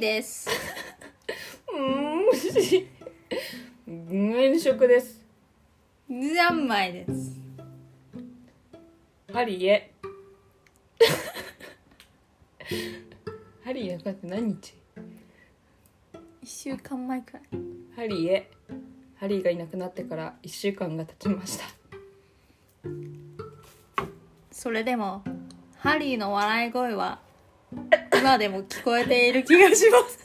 です。うん美味しい原色です三枚です。パリへパリへ待って何日一週間前くらい。ハリーへハリーがいなくなってから1週間が経ちましたそれでも、ハリーの笑い声は、今でも聞こえている気がします。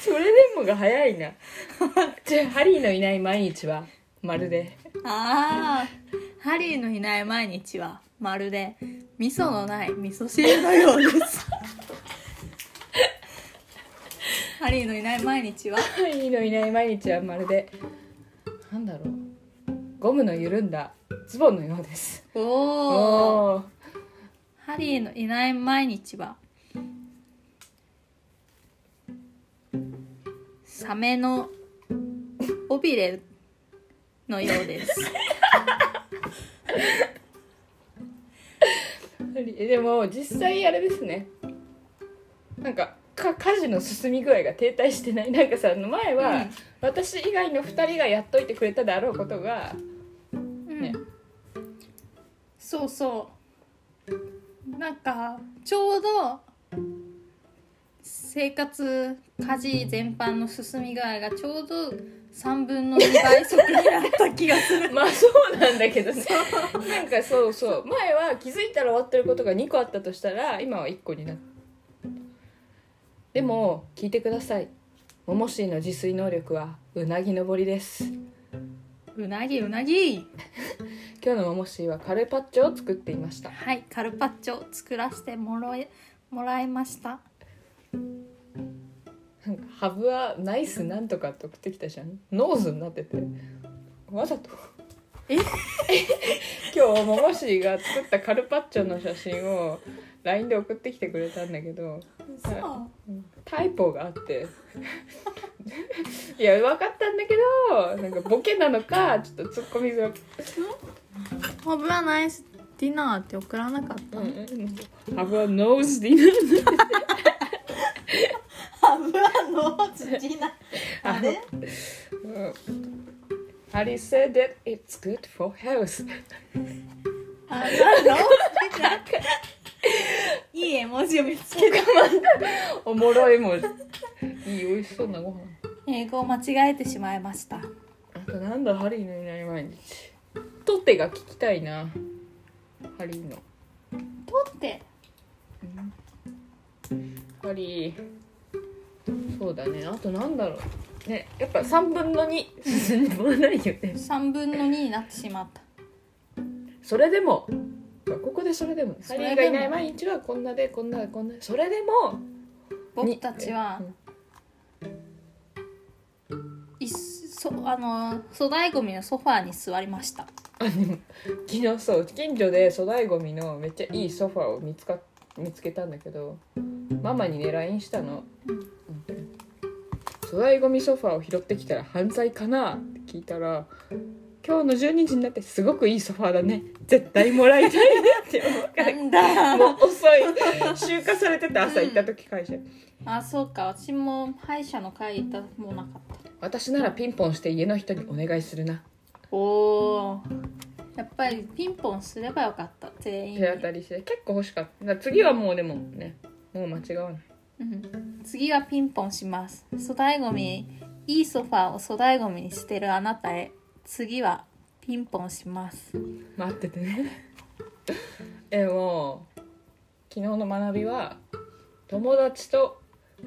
それでもが早いなじゃあハリーのいない毎日はまるで ああ、ハリーのいない毎日は、まるで、味噌のない味噌汁のよう です。ハリーのいない毎日は、ハリーのいない毎日はまるでなんだろうゴムの緩んだズボンのようですおおおーハリーのいない毎日はサメの尾びれのようです。 ハリーでも実際あれですねなんかか家事の進み具合が停滞してないなんかさ前は、うん私以外の2人がやっといてくれたであろうことがうんね。そうそう。なんかちょうど生活家事全般の進み具合がちょうど3分の2倍速になった気がするまあ そうなんだけどねなんか そうそう前は気づいたら終わってることが2個あったとしたら今は1個になったでも聞いてくださいモモシーの自炊能力はうなぎ登りです うなぎうなぎ。今日のモモシーはカルパッチョを作っていましたはい、カルパッチョ作らせてもらいもらいました。なんかハブはナイスなんとかって送ってきたじゃんノーズになっててわざとえ今日モモシーが作ったカルパッチョの写真を LINE で送ってきてくれたんだけどそう。タイポがあっていや分かったんだけどなんかボケなのかちょっとツッコミづらくハブはナイスディナーって送らなかった「ハブはノーズディナーハブはノーズディナー。あれハリー said that it's good for health あれはノーズディナー。いい絵文字を見つけた。 おもろいもんいい美味しそうなご飯英語を間違えてしまいました。あとなんだハリーのいない毎日トテが聞きたいなハリーの取って。ハリーそうだねあとなんだろうねやっぱ3分の2進んでもらわないよね3分の2になってしまった。それでもここでそれでもそハれリでもーがいない毎日はこんなでこんなでこんなでそれでも僕たちはうんいっそあの粗大ゴミのソファーに座りました。あでも昨日そう近所で粗大ごみのめっちゃいいソファーを見つか見つけたんだけどママにね LINE したの、うん粗大ごみソファーを拾ってきたら犯罪かなって聞いたら今日の12時になってすごくいいソファーだね絶対もらいたいねって思うかなんだらもう遅い集荷されてて朝行った時会社、あ、そうか。私も歯医者の会行ったもうなかった。私ならピンポンして家の人にお願いするなおおやっぱりピンポンすればよかった全員に手当たりして結構欲しかっただから次はもうでもねもう間違わないうん、次はピンポンします粗大ゴミいいソファーを粗大ゴミに捨てるあなたへ次はピンポンします待っててね でも昨日の学びは友達と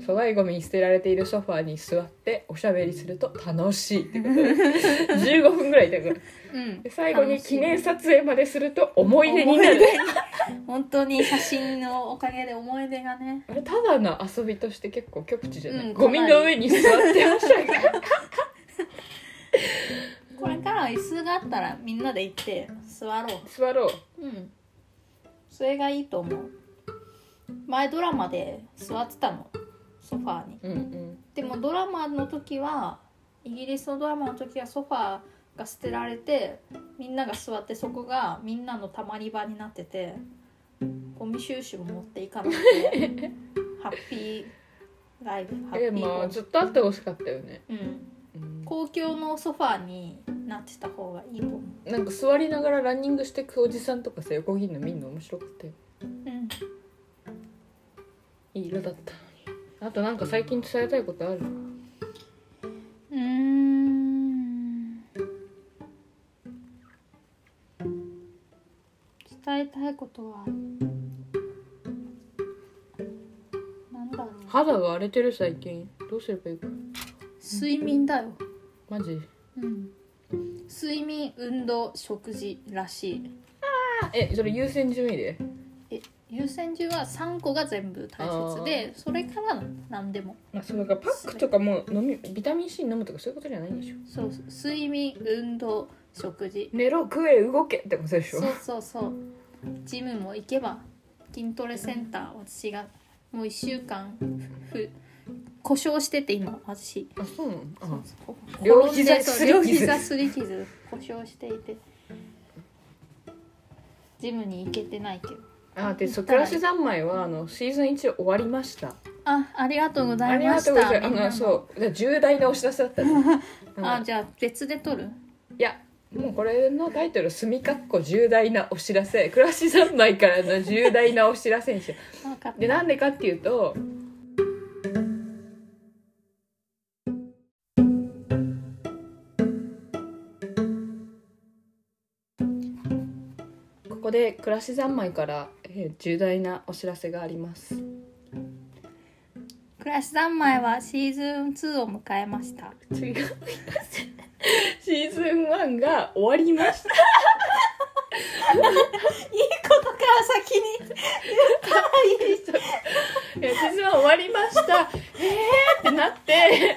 粗大ごみに捨てられているソファーに座っておしゃべりすると楽しいってことで 15分ぐらいいたからうんで最後に楽しい記念撮影まですると思い出にな思いる出本当に写真のおかげで思い出がねあれただの遊びとして結構極致じゃない、うんゴミの上に座ってましたがこれからは椅子があったらみんなで行って座ろ 座ろうううんそれがいいと思う前ドラマで座ってたのソファーにうんうんでもドラマの時はイギリスのドラマの時はソファーが捨てられてみんなが座ってそこがみんなのたまり場になって てゴミ収集も持っていかなくてハッピーライブハッピえーホまあーずっとあってほしかったよね、ムうんうん公共のソファーになってた方がいいと思うなんか座りながらランニングしてくおじさんとかさ横切るの見んの面白くてうんいい色だったのにあとなんか最近伝えたいことあるうーん伝えたいことはなんだろう肌が荒れてる最近どうすればいいか睡眠だよ、マジうん、睡眠運動食事らしいあえそれ優先順位でえ優先順は3個が全部大切でそれから何でもまあそれがパックとかもう飲みビタミン C 飲むとかそういうことじゃないんでしょそう睡眠運動食事寝ろ食え動けってことでしそょうそうそうジムも行けば筋トレセンター私がもう1週間ふ故障してて今私あそうなのあこ両膝転んでそうすり傷両膝すり傷故障していてジムに行けてないけどあでそうクラス三昧はあのシーズン1終わりましたあありがとうござあいりまがしとたうございみんますなあののそうだから重大なお知らせだ ったねあうんじゃあ別で撮るいやもうこれのタイトル「すみかっこ重大なお知らせ」クラシ三昧からの重大なお知らせにしよ分かっうでたなんでかっていうとここでクラシ三昧から、えー重大なお知らせがありますクラス三昧はシーズン2を迎えま した違うシーズン1が終わりましたいいことから先に言ったらいいいや私は終わりましたえーってなって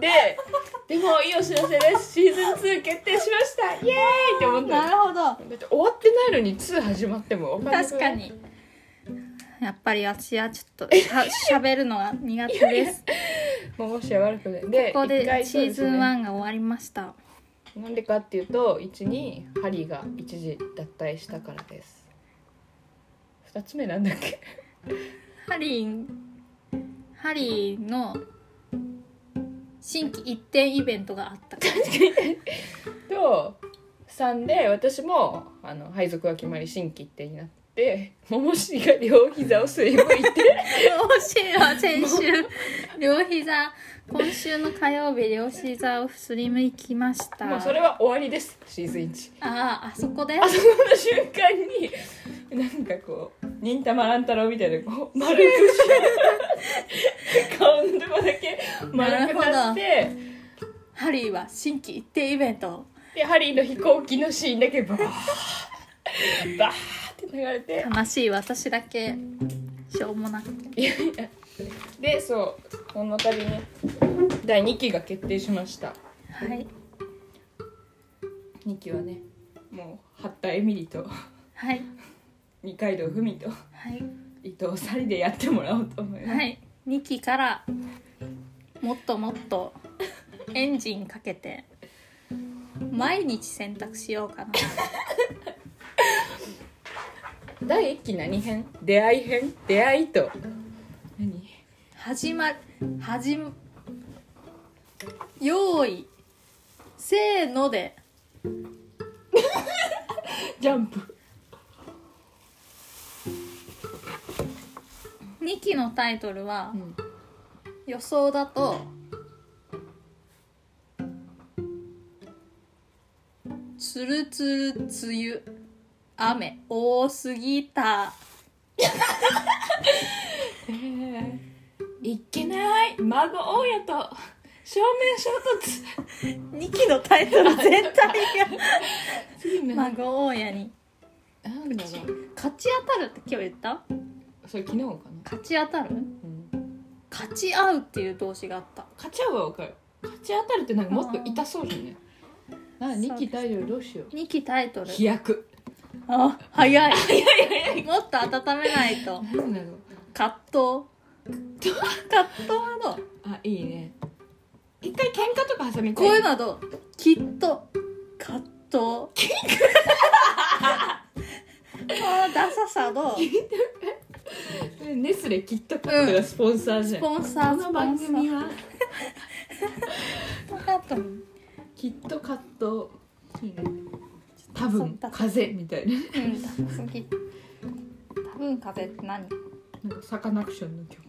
ででもいいお知らせですシーズン2決定しましたイエーイって思ったなだるほどって終わってないのに2始まっても分んなく確ないかにやっぱり私はちょっとしゃしゃべるのが苦手 ですもうもしや悪くないでここ一で回シーズンそう1が終わりましたですねなんでかっていうと1にハリーが一時脱退したからです2つ目なんだっけハリーハリーの新規一点イベントがあったからと3で私もあの配属が決まり新規一転になって桃尻が両膝をすりむいてシーは先週両膝今週の火曜日両膝をすりむきましたもうそれは終わりですシーズン1 あああそこであそこの瞬間になんかこう忍たま乱太郎みたいなこう丸くして顔のとこだけ丸くなってハリーは新規一点イベントをでハリーの飛行機のシーンだけバーバーって流れて悲しい私だけしょうもなくていやいやでそうこの度ね第2期が決定しましたはい2期はねもう八田恵美里とはい二階堂ふみとはい伊藤沙莉でやってもらおうと思います、はい、2期からもっともっとエンジンかけて毎日洗濯しようかな第1期何編出会い編出会いと何始まる始ま用意せーのでジャンプ2期のタイトルはうん予想だと「つるつる梅雨雨多すぎた」いけない孫大家と正面衝突2期のタイトル全体次がな 孫大家になんだろう勝ち当たるって今日言ったそれ昨日かな、勝ち当たるうん、勝ち合うっていう動詞があった勝ち合うは分かる勝ち当たるってなんかもっと痛そうじゃねなそうです2期大丈夫どうしよう2期タイトル飛躍あ早いもっと温めないと何だろう葛藤葛藤はどうあいいね一回喧嘩とか挟みたいこういうのはどうきっと葛藤こ のダサさどうネスレキットカットがスポンサーじスゃん、こポンサーの番組はスポンサーとキットカット多分風みたいなうん好き多分風って何なんかサカナクションの曲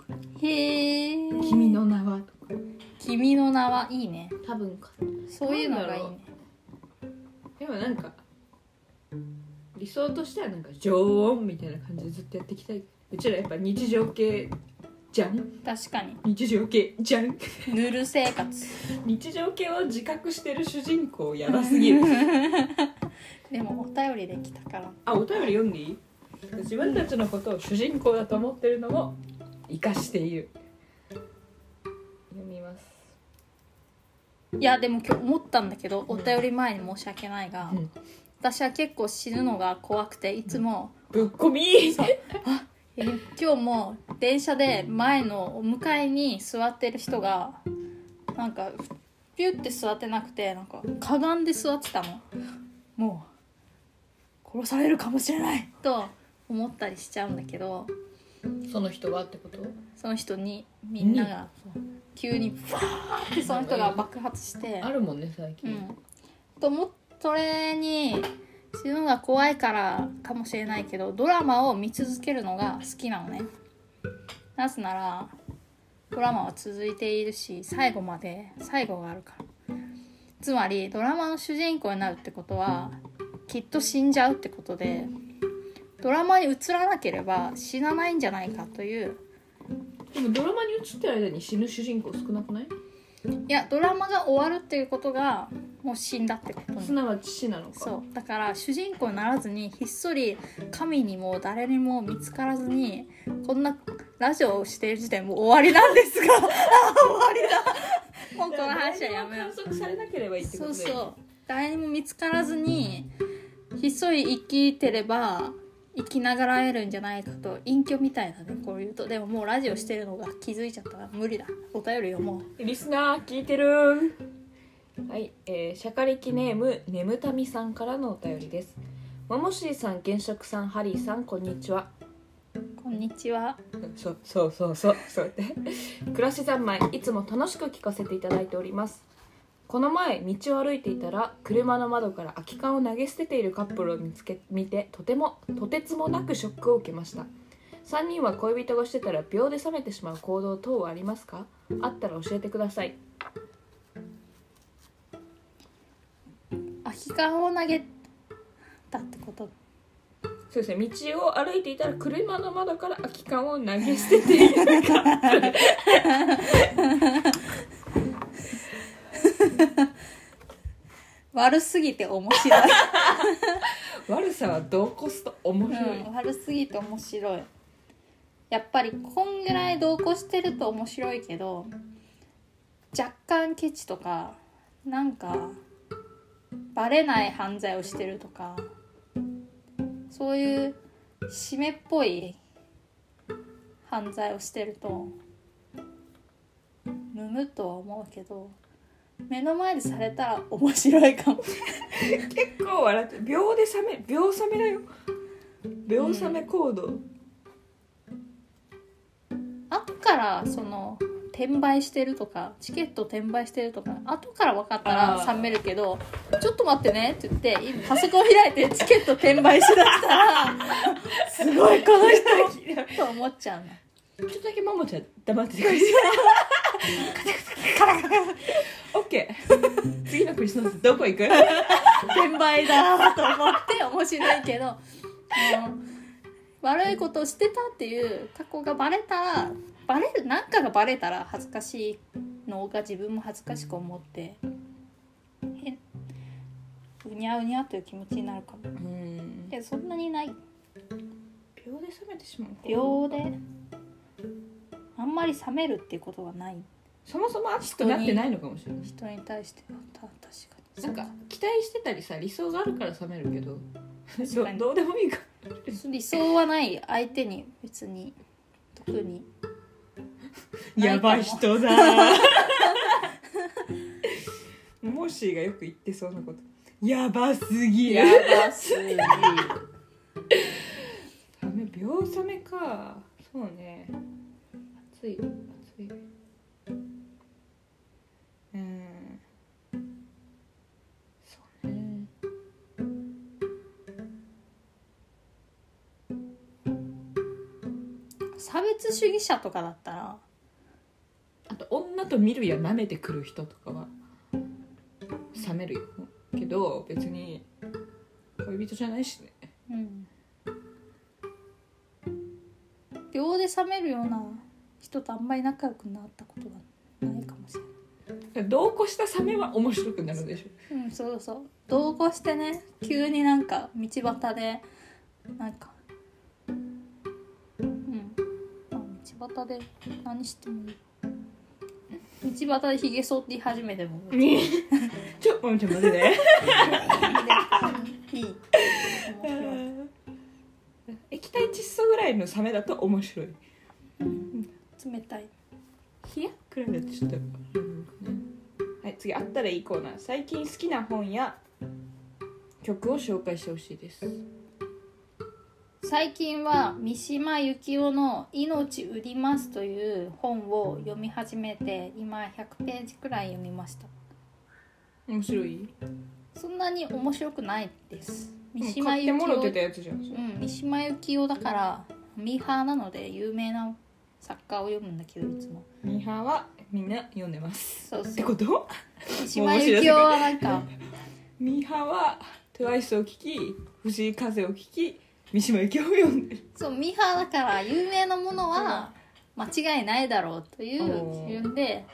へえ「君の名は」とか君の名はいいね多分かそういうのがいいねでもなんか理想としてはなんか常温みたいな感じでずっとやっていきたいうちらやっぱ日常系じゃん確かに日常系じゃんぬる生活日常系を自覚してる主人公やばすぎるでもお便りできたからあお便り読んでいい自分たちのことを主人公だと思ってるのも生かしている読みますいやでも今日思ったんだけどお便り前に申し訳ないが、うん私は結構死ぬのが怖くていつも、ぶっこみーそうえ今日も電車で前のお迎えに座ってる人がなんかピュって座ってなくてなんかかがんで座ってたのもう殺されるかもしれないと思ったりしちゃうんだけどその人はってことその人にみんなが急にバーってその人が爆発して。あるもんね最う近、ん、ともそれに死ぬのが怖いからかもしれないけどドラマを見続けるのが好きなのねなぜならドラマは続いているし最後まで最後があるからつまりドラマの主人公になるってことはきっと死んじゃうってことでドラマに移らなければ死なないんじゃないかというでもドラマに映ってる間に死ぬ主人公少なくないいやドラマが終わるっていうことがもう死んだってことにすなわち死なのかそうだから主人公にならずにひっそり神にも誰にも見つからずにこんなラジオをしている時点でもう終わりなんですが あ終わりだもうこの話はやめよ観う測されなければいいってそことうでそう誰にも見つからずにひっそり生きてれば生きながらえるんじゃないかと隠居みたいなねこういうとでももうラジオしてるのが気づいちゃったら無理だお便り読もうリスナー聞いてるはい、えー、シャカリキネームねむたみさんからのお便りですももしーさん原色さんハリーさんこんにちはこんにちはそうそうそうそうそうで暮らし三昧いつも楽しく聞かせていただいておりますこの前道を歩いていたら車の窓から空き缶を投げ捨てているカップルを見つけ見てとてもとてつもなくショックを受けました3人は恋人がしてたら秒で冷めてしまう行動等はありますかあったら教えてください空き缶を投げたってことそうですね道を歩いていたら車の窓から空き缶を投げ捨てているカップル悪すぎて面白い 悪さは同コスト面白い、うん、悪すぎて面白いやっぱりこんぐらい同行してると面白いけど若干ケチとかなんかバレない犯罪をしてるとかそういう締めっぽい犯罪をしてるとむむとは思うけど目の前でされたら面白いかも結構笑って秒で冷め秒冷めだよ秒冷め行動、後からその転売してるとかチケット転売してるとか後から分かったあらー冷めるけど「ちょっと待ってね」って言って今パソコン開いてチケット転売しだしたらすごいこの 人と思っちゃうの。ちょっとだけももちゃん黙っててくれてオッケー次のクリスマスどこ行く転売だと思って面白いけどその悪いことをしてたっていう過去がバレたらバレるなんかがバレたら恥ずかしいのが自分も恥ずかしく思って変うにゃうにゃという気持ちになるかもうんでそんなにない秒で冷めてしまう秒であんまり冷めるっていうことがないそもそも熱くなってないのかもしれない人に対してはた確かになんか期待してたりさ理想があるから冷めるけど確かにどどうでもいいか理想はない相手に別に特にやばい人だモーシーがよく言ってそうなことやばすぎるばすぎサメ秒サメかそそうね暑い暑いうんそうね差別主義者とかだったらあと女と見るや舐めてくる人とかは冷めるよけど別に恋人じゃないしねうん秒で冷めるような人とあんまり仲良くなったことがないかもしれない同行したサメは面白くなるでしょうんそうそう同行してね急になんか道端でなんかうんあ道端で何してもいい道端でひげ剃って言い始めてもいい ちょもみちゃん待ってね いい面白い液体窒素ぐらいのサメだと面白い冷たい冷やくらいだとちょっとはい次あったらいいコーナー最近好きな本や曲を紹介してほしいです最近は三島由紀夫の「命売ります」という本を読み始めて今100ページくらい読みました面白いそんなに面白くないです三うん島買っ由て紀もろ夫てたやつじゃんうん、三島由紀夫だからミーハーなので有名な作家を読むんだけどいつもミーハーはみんな読んでますそうっそてうこと三島由紀夫はなんかミーハーは TWICE を聴き藤井風を聴き三島由紀夫を読んでるそうミーハーだから有名なものは間違いないだろうというおー基準で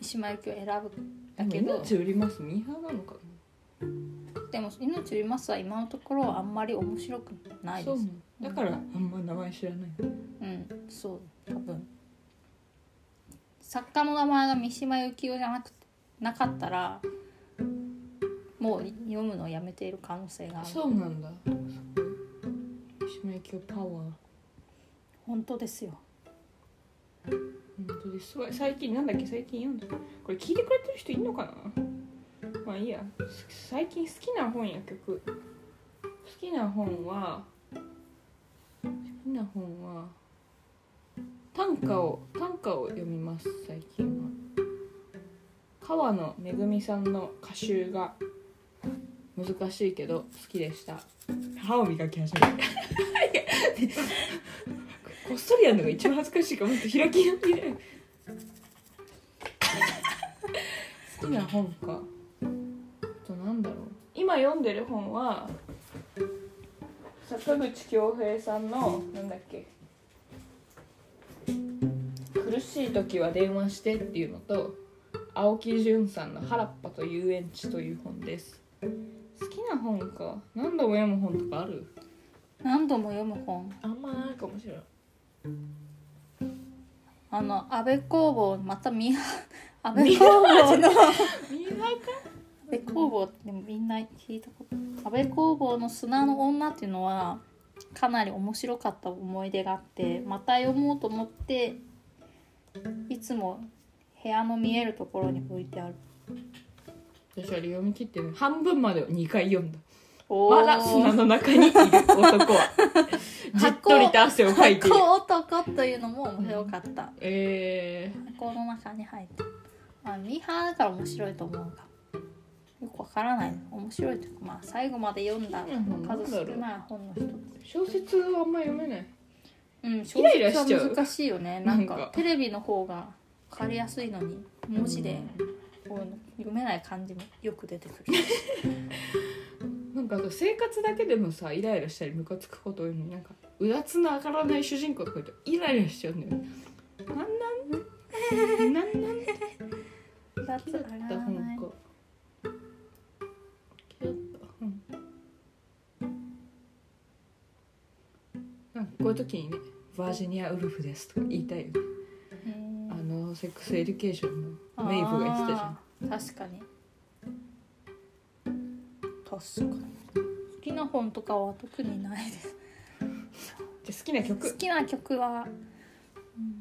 三島由紀夫を選ぶんだけど命売りますミーハーなのかでも「命売ります」は今のところあんまり面白くなないでそうすなのだからあんま名前知らないうんそう多分作家の名前が三島由紀夫じゃなくてなかったらもう読むのをやめている可能性があるそうなんだ三島由紀夫パワー本当ですよ本当ですごい最近なんだっけ最近読んだこれ聞いてくれてる人いんのかなまあいいやす最近好きな本や曲好きな本は好きな本は短歌を短歌を読みます最近は川野めぐみさんの歌集が難しいけど好きでした歯を磨き始めたいやこっそりやるのが一番恥ずかしいからもっと開き直りで好きな本かあとなんだろう今読んでる本は坂口恭平さんのなんだっけ苦しい時は電話してっていうのと青木淳さんの「原っぱと遊園地」という本です好きな本か何度も読む本とかある何度も読む本あんまないかもしれないあの安倍工房またミーハー安倍工房の安ミーハーか倍工房ってみんな聞いたこと安倍工房の「砂の女」っていうのはかなり面白かった思い出があってまた読もうと思っていつも部屋の見えるところに置いてある私は読み切ってね半分までを2回読んだおまだ砂の中にいる男 はじっとりと汗をかいている箱男というのも面白かったえ箱の中に入ってあミーハーだから面白いと思うがよくわからない面白いというかまあ最後まで読んだー、なん数だ少ろうない本の一つ小説はあんま読めないうん小イライラし説ちゃうは難しいよ ねなんかなんかテレビの方がわかりやすいのに文字でこう読めない感じもよく出てくるなんかあと生活だけでもさイライラしたりムカつくこと多いのになんかうだつの上がらない主人公とか言うとイライラしちゃうんだよねなんなんなんなん好だっきてあだっれはた本ないか好きだった本なんかこういう時にね「バージニア・ウルフです」とか言いたいよねうんあのセックスエデュケーションのメイブが言ってたじゃんあー確かに確かに好きな本とかは特にないですじゃあ好きな好曲きな曲は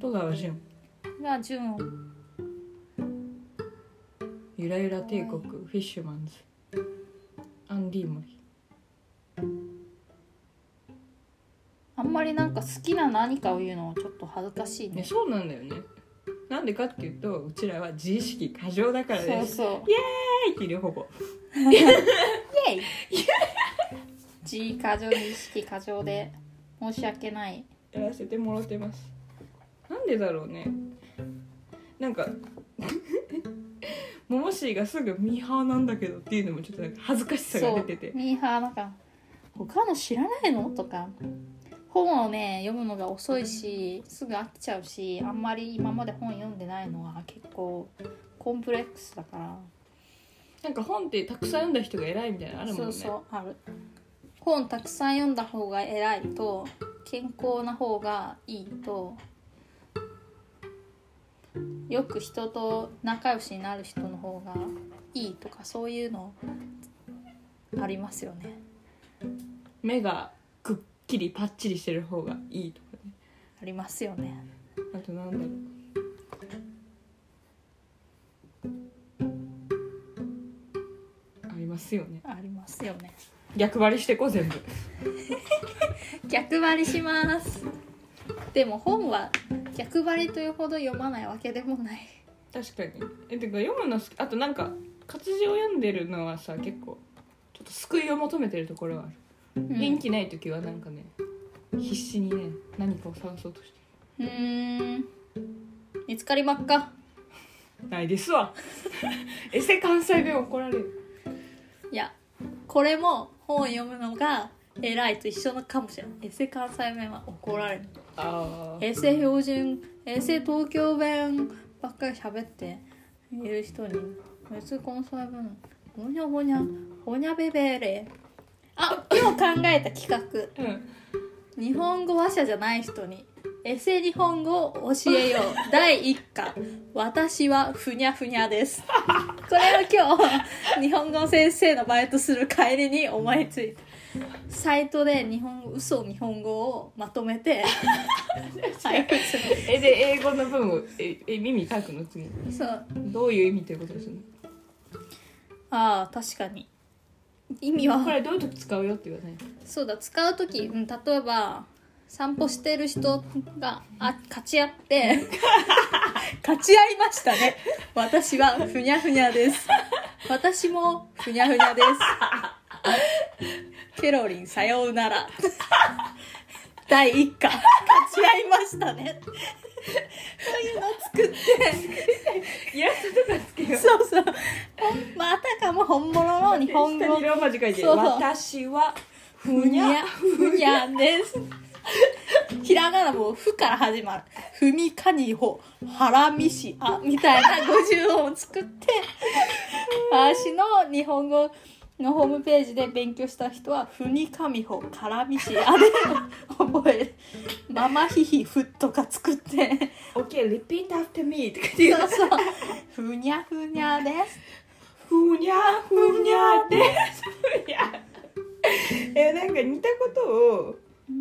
戸川純が純を「ゆらゆら帝国」「フィッシュマンズ」アンディ・モリあんんまりなんか好きな何かを言うのはちょっと恥ずかしいね、ねそうなんだよねなんでかっていうとうちらは自意識過剰だからそうですそう入ってるよほぼイエイ自意過剰に意識過剰で申し訳ないやらせてもらってますなんでだろうねなん かももしーがすぐミーハーなんだけどっていうのもちょっとなんか恥ずかしさが出ててミーハーなんか他の知らないのとか本をね読むのが遅いしすぐ飽きちゃうしあんまり今まで本読んでないのは結構コンプレックスだからなんか本ってたくさん読んだ人が偉いみたいなのあるもんそねうそうある本たくさん読んだ方が偉いと健康な方がいいとよく人と仲良しになる人の方がいいとかそういうのありますよね目がくっきりパッチリしてる方がいいとかねありますよねあとなんだろうありますよねありますよね逆張りしてこう全部逆張りしますでも本は逆張りというほど読まないわけでもない確かにえてか読むの好きあとなんか活字を読んでるのはさ結構ちょっと救いを求めてるところはある、元気ない時はなんかね必死にね何かを探そうとしうてんうーん見つかりばっかるないですわ エセ関西弁怒られるいやこれも本を読むのが偉いと一緒のかもしれないエセ関西弁は怒られるあエセ標準エセ東京弁ばっかり喋っている人に別に関西弁ほにゃほにゃほにゃべべれあ今日考えた企画うん日本語話者じゃない人にエセ日本語を教えよう第1課私はふにゃふにゃですこれを今日日本語先生のバイトする帰りに思いついたサイトで日本語嘘日本語をまとめて配布するえで英語の文をええ耳書くの次そうどういう意味ということですよねああ確かに意味こはれどういう時使うよって言わないそうだ使う時、うん、例えば散歩してる人があ勝ち合って 勝ち合いましたね私はふにゃふにゃです私もふにゃふにゃですケロリンさようなら第1課勝ち合いました ねそういうのを作ってイラストとかつけよそうそうほん、まあ、あたかも本物の日本下語にローマ字書いてそうそう私はふふににゃゃふにゃです。 ひらがなもふから始まる。ふみかにほ、はらみしあ、みたいな五十音を作って、私の日本語のホームページで勉強した人は、ふにかみほ、からみしあで覚える。ママひひふとか作って、 OK repeat after me とか言そうそう、ふにゃふにゃです。ふにゃふにゃですふにゃえなんか似たことを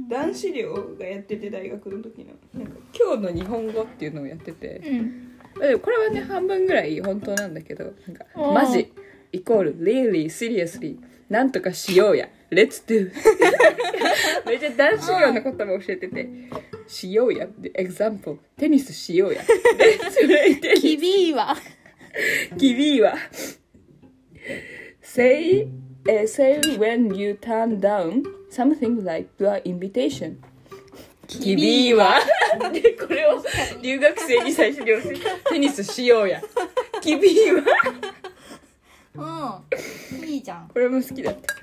男子寮がやってて大学の時のなんか今日の日本語っていうのをやっててうん。でもこれはね半分ぐらい本当なんだけどなんかうんマジイコール really seriously なんとかしようや let's do めっちゃ男子寮の言葉を教えててしようやで example テニスしようや let's play テニスきびいは、君は say,、uh, say when you turn down something like your invitation 君はでこれを留学生に最初に教えたテニスしようや君はうん。いいじゃん。これも好きだった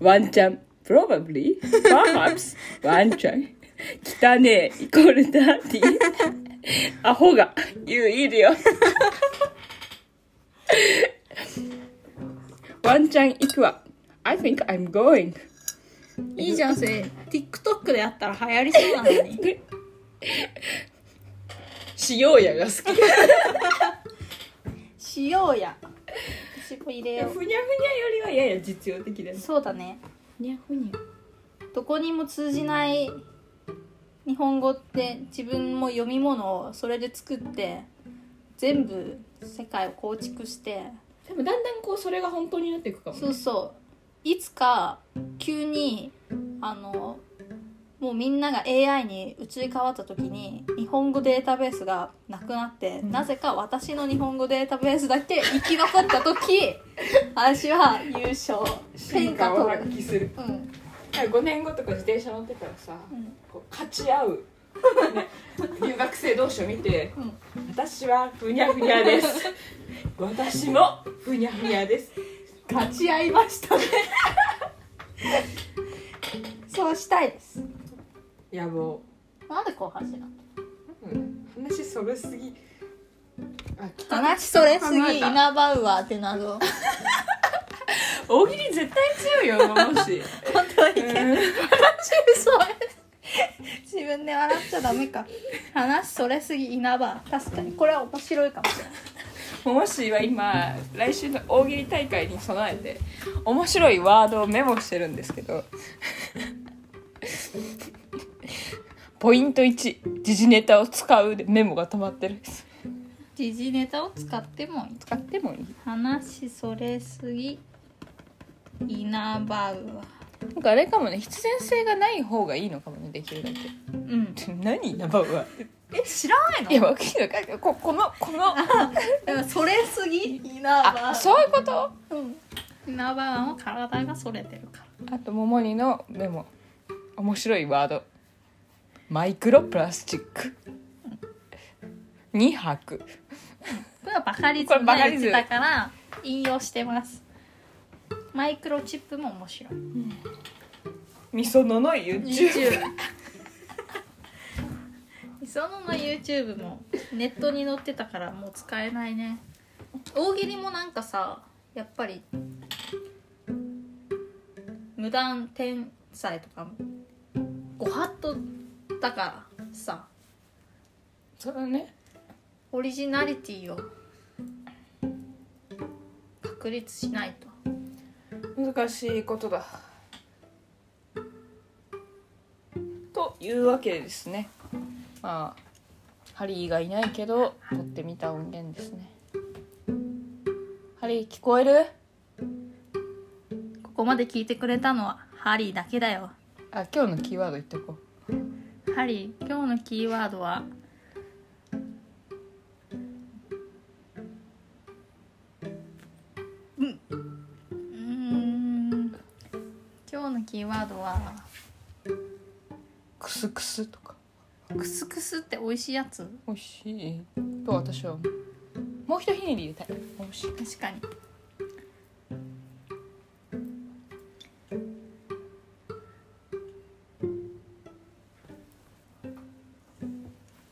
ワンチャン probably perhaps ワンチャン汚ねえイコールダーティーアホが言ういるよワンチャン行くわ I think I'm going いいじゃん、それ。TikTok でやったら流行りそうなのに。しようやが好きしようや。私も入れよふにゃふにゃよりはやや実用的だう。ねそうだね。ふにゃふにゃどこにも通じない日本語って自分も読み物をそれで作って全部世界を構築してでもだんだんこうそれが本当になっていくかもそうそういつか急にあのもうみんなが AI に移り変わった時に日本語データベースがなくなって、なぜか私の日本語データベースだけ生き残った時私は優勝天進下化を取発る、揮するうん5年後とか自転車乗ってたらさ、うんこう勝ち合う、ね、 留学生同士を見て、私はふにゃふにゃです 私もふにゃふにゃです勝ち合いましたねそうしたいです野望、なんでこう話なうん、話それすぎあ話それすすぎぎイナバウアーって謎大喜利絶対強いよもし本当にいけないそれ 自分で笑っちゃダメか話それすぎイナバウ確かにこれは面白いかもしれないもしは今来週の大喜利大会に備えて面白いワードをメモしてるんですけど ポイント1時事ネタを使うでメモが溜まってる時事ネタを使ってもいい使ってもいい話それすぎイナバウアなんかあれかもね必然性がない方がいいのかもねできるだけーうん 何ナバウはえ知らないのいやわかんないここのこのだからそれすぎイナバウア あーそういうことうん、ナバは体がそれてるかあとももにのメモ面白いワードマイクロプラスチック2泊らこれはバカリズこれムバがカリ言っズムてたから引用してますマイクロチップも面白いみそのの YouTube そのの YouTube もネットに載ってたからもう使えないね大喜利もなんかさやっぱり無断天才とかご法度だからさそうだねオリジナリティを確立しないと難しいことだというわけでですねまあハリーがいないけど撮ってみた音源ですねハリー聞こえるここまで聞いてくれたのはハリーだけだよあ今日のキーワード言っとこうハリー今日のキーワードはうんうーん今日のキーワードはクスクスとかクスクスって美味しいやつ美味しいと私は思うもう一ひねり入れたい美味しい確かに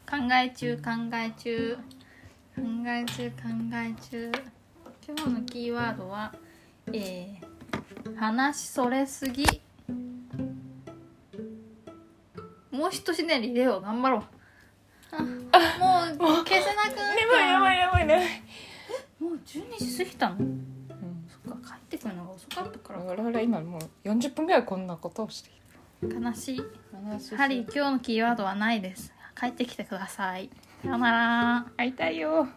考え中考え中考え中考え中今日のキーワードはえー、話それすぎもう一ひねり入れよう頑張ろうあもう消せなくな ったいやばいやばいもう12時過ぎたのうんそっか帰ってくるのが遅かったから我々今もう40分ぐらいこんなことをしてい悲しいるハリー今日のキーワードはないです帰ってきてくださいさよなら会いたいよ